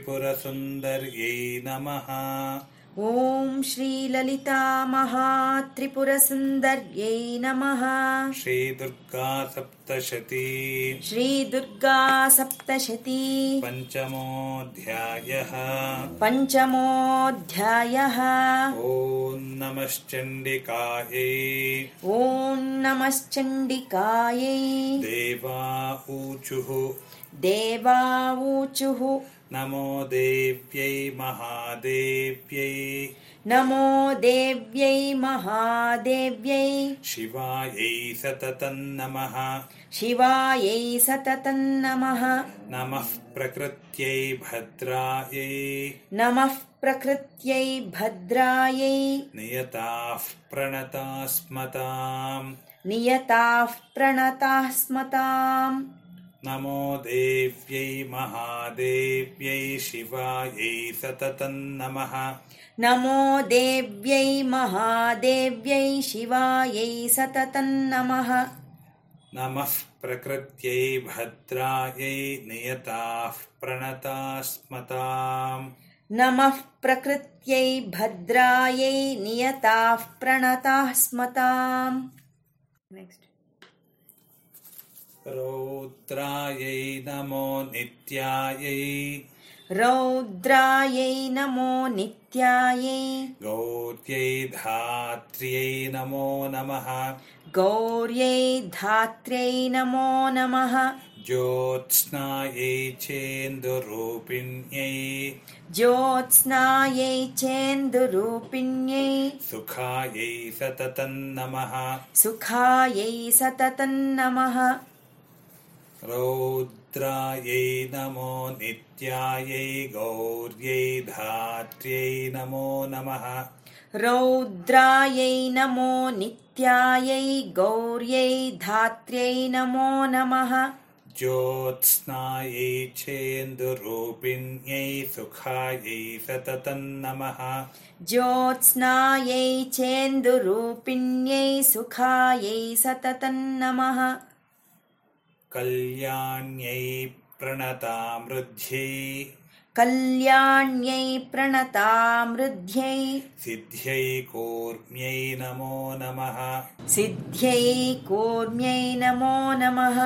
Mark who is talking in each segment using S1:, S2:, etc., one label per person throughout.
S1: श्रीललितामहात्रिपुरसुन्दर्यै नमः
S2: ॐ श्रीललितामहात्रिपुरसुन्दर्यै नमः
S1: श्रीदुर्गा सप्तशती
S2: श्रीदुर्गा सप्तशती
S1: पञ्चमोऽध्यायः
S2: पञ्चमोऽध्यायः
S1: ॐ नमश्चण्डिकायै
S2: ॐ नमश्चण्डिकायै
S1: देवा ऊचुः
S2: देवा ऊचुः
S1: नमो देव्यै महादेव्यै
S2: नमो देव्यै महादेव्यै
S1: शिवायै सततं नमः
S2: शिवायै सततन्नमः
S1: नमः प्रकृत्यै भद्रायै
S2: नमः प्रकृत्यै भद्रायै
S1: नियताः प्रणतास्मताम्
S2: नियताः प्रणताः स्मताम्
S1: नमो देव्यै महादेव्यै शिवायै सततं नमः
S2: नमो देव्यै महादेव्यै शिवायै सततन्नमः
S1: नमः प्रकृत्यै भद्रायै नियताः प्रणतास्मताम्
S2: नमः प्रकृत्यै भद्रायै नियताः प्रणताः स्मताम् नेक्स्ट्
S1: रौद्रायै नमो नित्यायै
S2: रौद्रायै नमो नित्यायै
S1: गौत्यै धात्र्यै नमो नमः
S2: गौर्यै धात्र्यै नमो नमः
S1: ज्योत्स्नायै चेन्दुरूपिण्यै
S2: ज्योत्स्नायै चेन्दुरूपिण्यै
S1: सुखायै सततं नमः
S2: सुखायै सततन्नमः
S1: रौद्रायै नमो नित्यायै गौर्यै धात्र्यै नमो नमः
S2: रौद्रायै नमो नित्यायै गौर्यै धात्र्यै नमो नमः
S1: ज्योत्स्नायै चेन्दुरूपिण्यै सुखायै सततं नमः
S2: ज्योत्स्नायै चेन्दुरूपिण्यै सुखायै सततन्नमः
S1: कल्याण्यै प्रणतामृद्ध्यै
S2: कल्याण्यै प्रणतामृद्ध्यै
S1: सिद्ध्यै कूर्म्यै नमो नमः
S2: सिद्ध्यै कूर्म्यै नमो नमः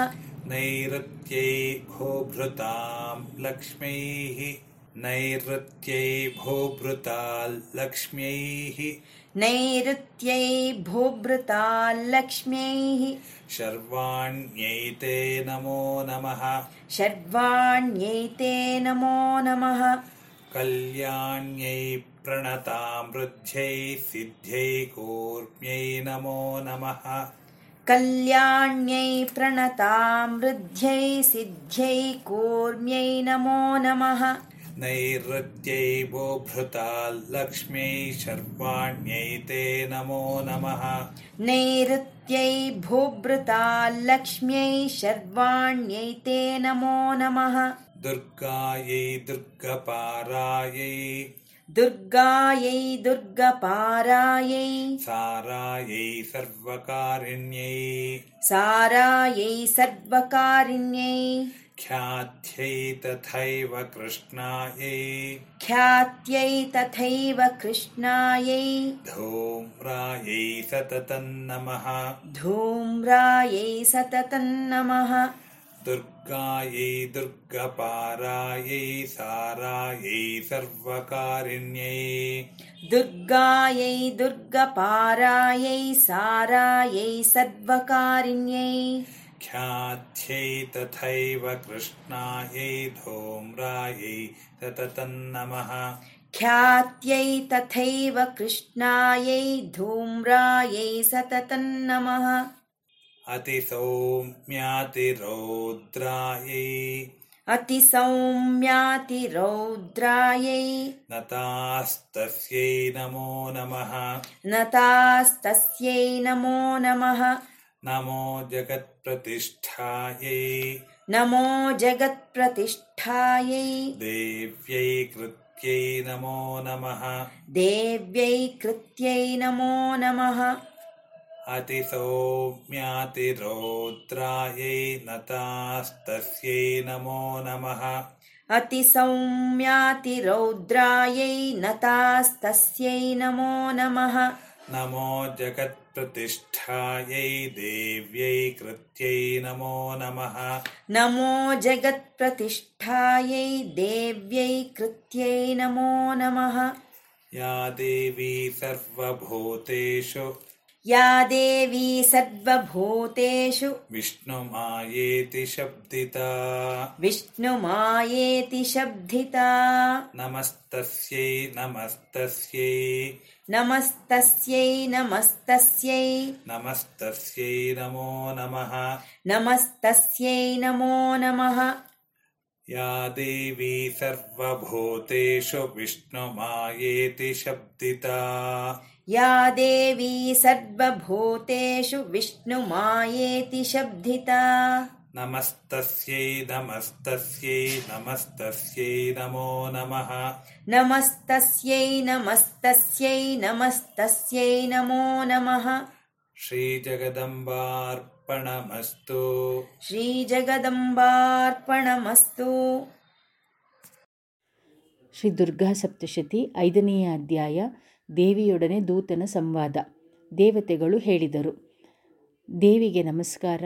S1: नैऋत्यै भूभृतां लक्ष्मीः नैऋत्यै भूभृताल्लक्ष्म्यैः
S2: नैऋत्यै भूभृताल्लक्ष्म्यैः
S1: शर्वाण्यै ते नमो नमः
S2: शर्वाण्यै ते नमो नमः
S1: कल्याण्यै प्रणतामृद्ध्यै सिद्ध्यै कूर्म्यै नमो नमः
S2: कल्याण्यै प्रणतामृद्ध्यै सिद्ध्यै कूर्म्यै नमो नमः
S1: नैऋत्यै भूभृताल्लक्ष्म्यै शर्वाण्यै ते नमो नमः
S2: नैऋत्यै भूभृताल्लक्ष्म्यै शर्वाण्यै ते नमो नमः
S1: दुर्गायै दुर्गपारायै
S2: दुर्गायै दुर्गपारायै
S1: सारायै सर्वकारिण्यै
S2: सारायै सर्वकारिण्यै
S1: ख्यात्यै तथैव कृष्णायै
S2: ख्यात्यै तथैव कृष्णायै
S1: धूम्रायै सततं नमः
S2: धूम्रायै सततन्नमः
S1: दुर्गायै दुर्गपारायै सारायै सर्वकारिण्यै
S2: दुर्गायै दुर्गपारायै सारायै सर्वकारिण्यै
S1: ख्यात्यै तथैव कृष्णायै धूम्रायै सततं नमः
S2: ख्यात्यै तथैव कृष्णायै धूम्रायै सततन्नमः
S1: अतिसौम्यातिरौद्रायै
S2: अतिसौम्यातिरौद्रायै
S1: नतास्तस्यै नमो नमः
S2: नतास्तस्यै नमो नमः
S1: नमो जगत्प्रतिष्ठायै
S2: नमो जगत्प्रतिष्ठायै
S1: देव्यै कृत्यै नमो नमः
S2: देव्यै कृत्यै नमो नमः
S1: अतिसौम्यातिरौद्रायै नतास्तस्यै नमो नमः
S2: अतिसौम्यातिरौद्रायै नतास्तस्यै नमो नमः
S1: नमो जगत्प्रतिष्ठायै देव्यै कृत्यै नमो नमः
S2: नमो जगत्प्रतिष्ठायै देव्यै कृत्यै नमो नमः
S1: या देवी सर्वभूतेषु
S2: या देवी सर्वभूतेषु
S1: विष्णुमायेति शब्दिता
S2: विष्णुमायेति शब्दिता
S1: नमस्तस्यै नमस्तस्यै
S2: नमस्तस्यै नमस्तस्यै
S1: नमस्तस्यै नमो नमः
S2: नमस्तस्यै नमो नमः
S1: या देवी सर्वभूतेषु विष्णुमायेति शब्दिता
S2: या देवी सर्वभूतेषु विष्णुमायेति शब्दिता
S1: नमस्तस्यै नमस्तस्यै नमस्तस्यै नमो नमः
S2: नमस्तस्यै नमस्तस्यै नमस्तस्यै नमो नमः
S1: श्रीजगदम्बार्पणमस्तु
S2: श्रीजगदम्बार्पणमस्तु
S3: ಶ್ರೀ ದುರ್ಗಾ ಸಪ್ತಶತಿ ಐದನೆಯ ಅಧ್ಯಾಯ ದೇವಿಯೊಡನೆ ದೂತನ ಸಂವಾದ ದೇವತೆಗಳು ಹೇಳಿದರು ದೇವಿಗೆ ನಮಸ್ಕಾರ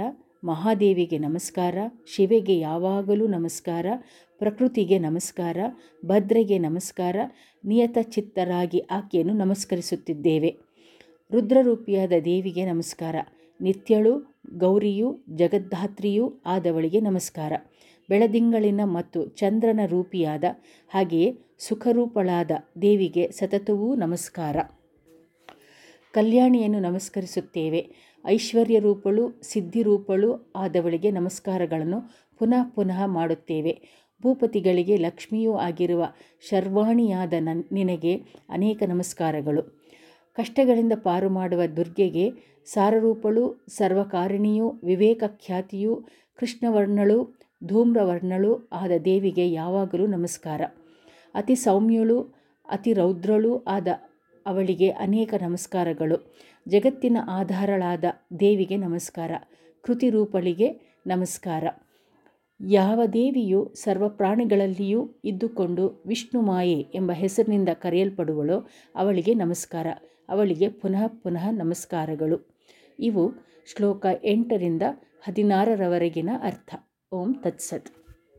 S3: ಮಹಾದೇವಿಗೆ ನಮಸ್ಕಾರ ಶಿವೆಗೆ ಯಾವಾಗಲೂ ನಮಸ್ಕಾರ ಪ್ರಕೃತಿಗೆ ನಮಸ್ಕಾರ ಭದ್ರೆಗೆ ನಮಸ್ಕಾರ ನಿಯತ ಚಿತ್ತರಾಗಿ ಆಕೆಯನ್ನು ನಮಸ್ಕರಿಸುತ್ತಿದ್ದೇವೆ ರುದ್ರರೂಪಿಯಾದ ದೇವಿಗೆ ನಮಸ್ಕಾರ ನಿತ್ಯಳು ಗೌರಿಯು ಜಗದ್ಧಾತ್ರಿಯೂ ಆದವಳಿಗೆ ನಮಸ್ಕಾರ ಬೆಳದಿಂಗಳಿನ ಮತ್ತು ಚಂದ್ರನ ರೂಪಿಯಾದ ಹಾಗೆಯೇ ಸುಖರೂಪಳಾದ ದೇವಿಗೆ ಸತತವೂ ನಮಸ್ಕಾರ ಕಲ್ಯಾಣಿಯನ್ನು ನಮಸ್ಕರಿಸುತ್ತೇವೆ ಐಶ್ವರ್ಯ ರೂಪಳು ಸಿದ್ಧಿರೂಪಳು ಆದವಳಿಗೆ ನಮಸ್ಕಾರಗಳನ್ನು ಪುನಃ ಪುನಃ ಮಾಡುತ್ತೇವೆ ಭೂಪತಿಗಳಿಗೆ ಲಕ್ಷ್ಮಿಯೂ ಆಗಿರುವ ಶರ್ವಾಣಿಯಾದ ನನ್ ನಿನಗೆ ಅನೇಕ ನಮಸ್ಕಾರಗಳು ಕಷ್ಟಗಳಿಂದ ಪಾರು ಮಾಡುವ ದುರ್ಗೆಗೆ ಸಾರರೂಪಳು ಸರ್ವಕಾರಿಣಿಯೂ ವಿವೇಕ ಖ್ಯಾತಿಯೂ ಕೃಷ್ಣವರ್ಣಳು ಧೂಮ್ರವರ್ಣಳು ಆದ ದೇವಿಗೆ ಯಾವಾಗಲೂ ನಮಸ್ಕಾರ ಅತಿ ಸೌಮ್ಯಳು ಅತಿ ರೌದ್ರಳು ಆದ ಅವಳಿಗೆ ಅನೇಕ ನಮಸ್ಕಾರಗಳು ಜಗತ್ತಿನ ಆಧಾರಳಾದ ದೇವಿಗೆ ನಮಸ್ಕಾರ ಕೃತಿರೂಪಳಿಗೆ ನಮಸ್ಕಾರ ಯಾವ ದೇವಿಯು ಸರ್ವ ಪ್ರಾಣಿಗಳಲ್ಲಿಯೂ ಇದ್ದುಕೊಂಡು ವಿಷ್ಣು ಮಾಯೆ ಎಂಬ ಹೆಸರಿನಿಂದ ಕರೆಯಲ್ಪಡುವಳೋ ಅವಳಿಗೆ ನಮಸ್ಕಾರ ಅವಳಿಗೆ ಪುನಃ ಪುನಃ ನಮಸ್ಕಾರಗಳು ಇವು ಶ್ಲೋಕ ಎಂಟರಿಂದ ಹದಿನಾರರವರೆಗಿನ ಅರ್ಥ ಓಂ ತತ್ಸತ್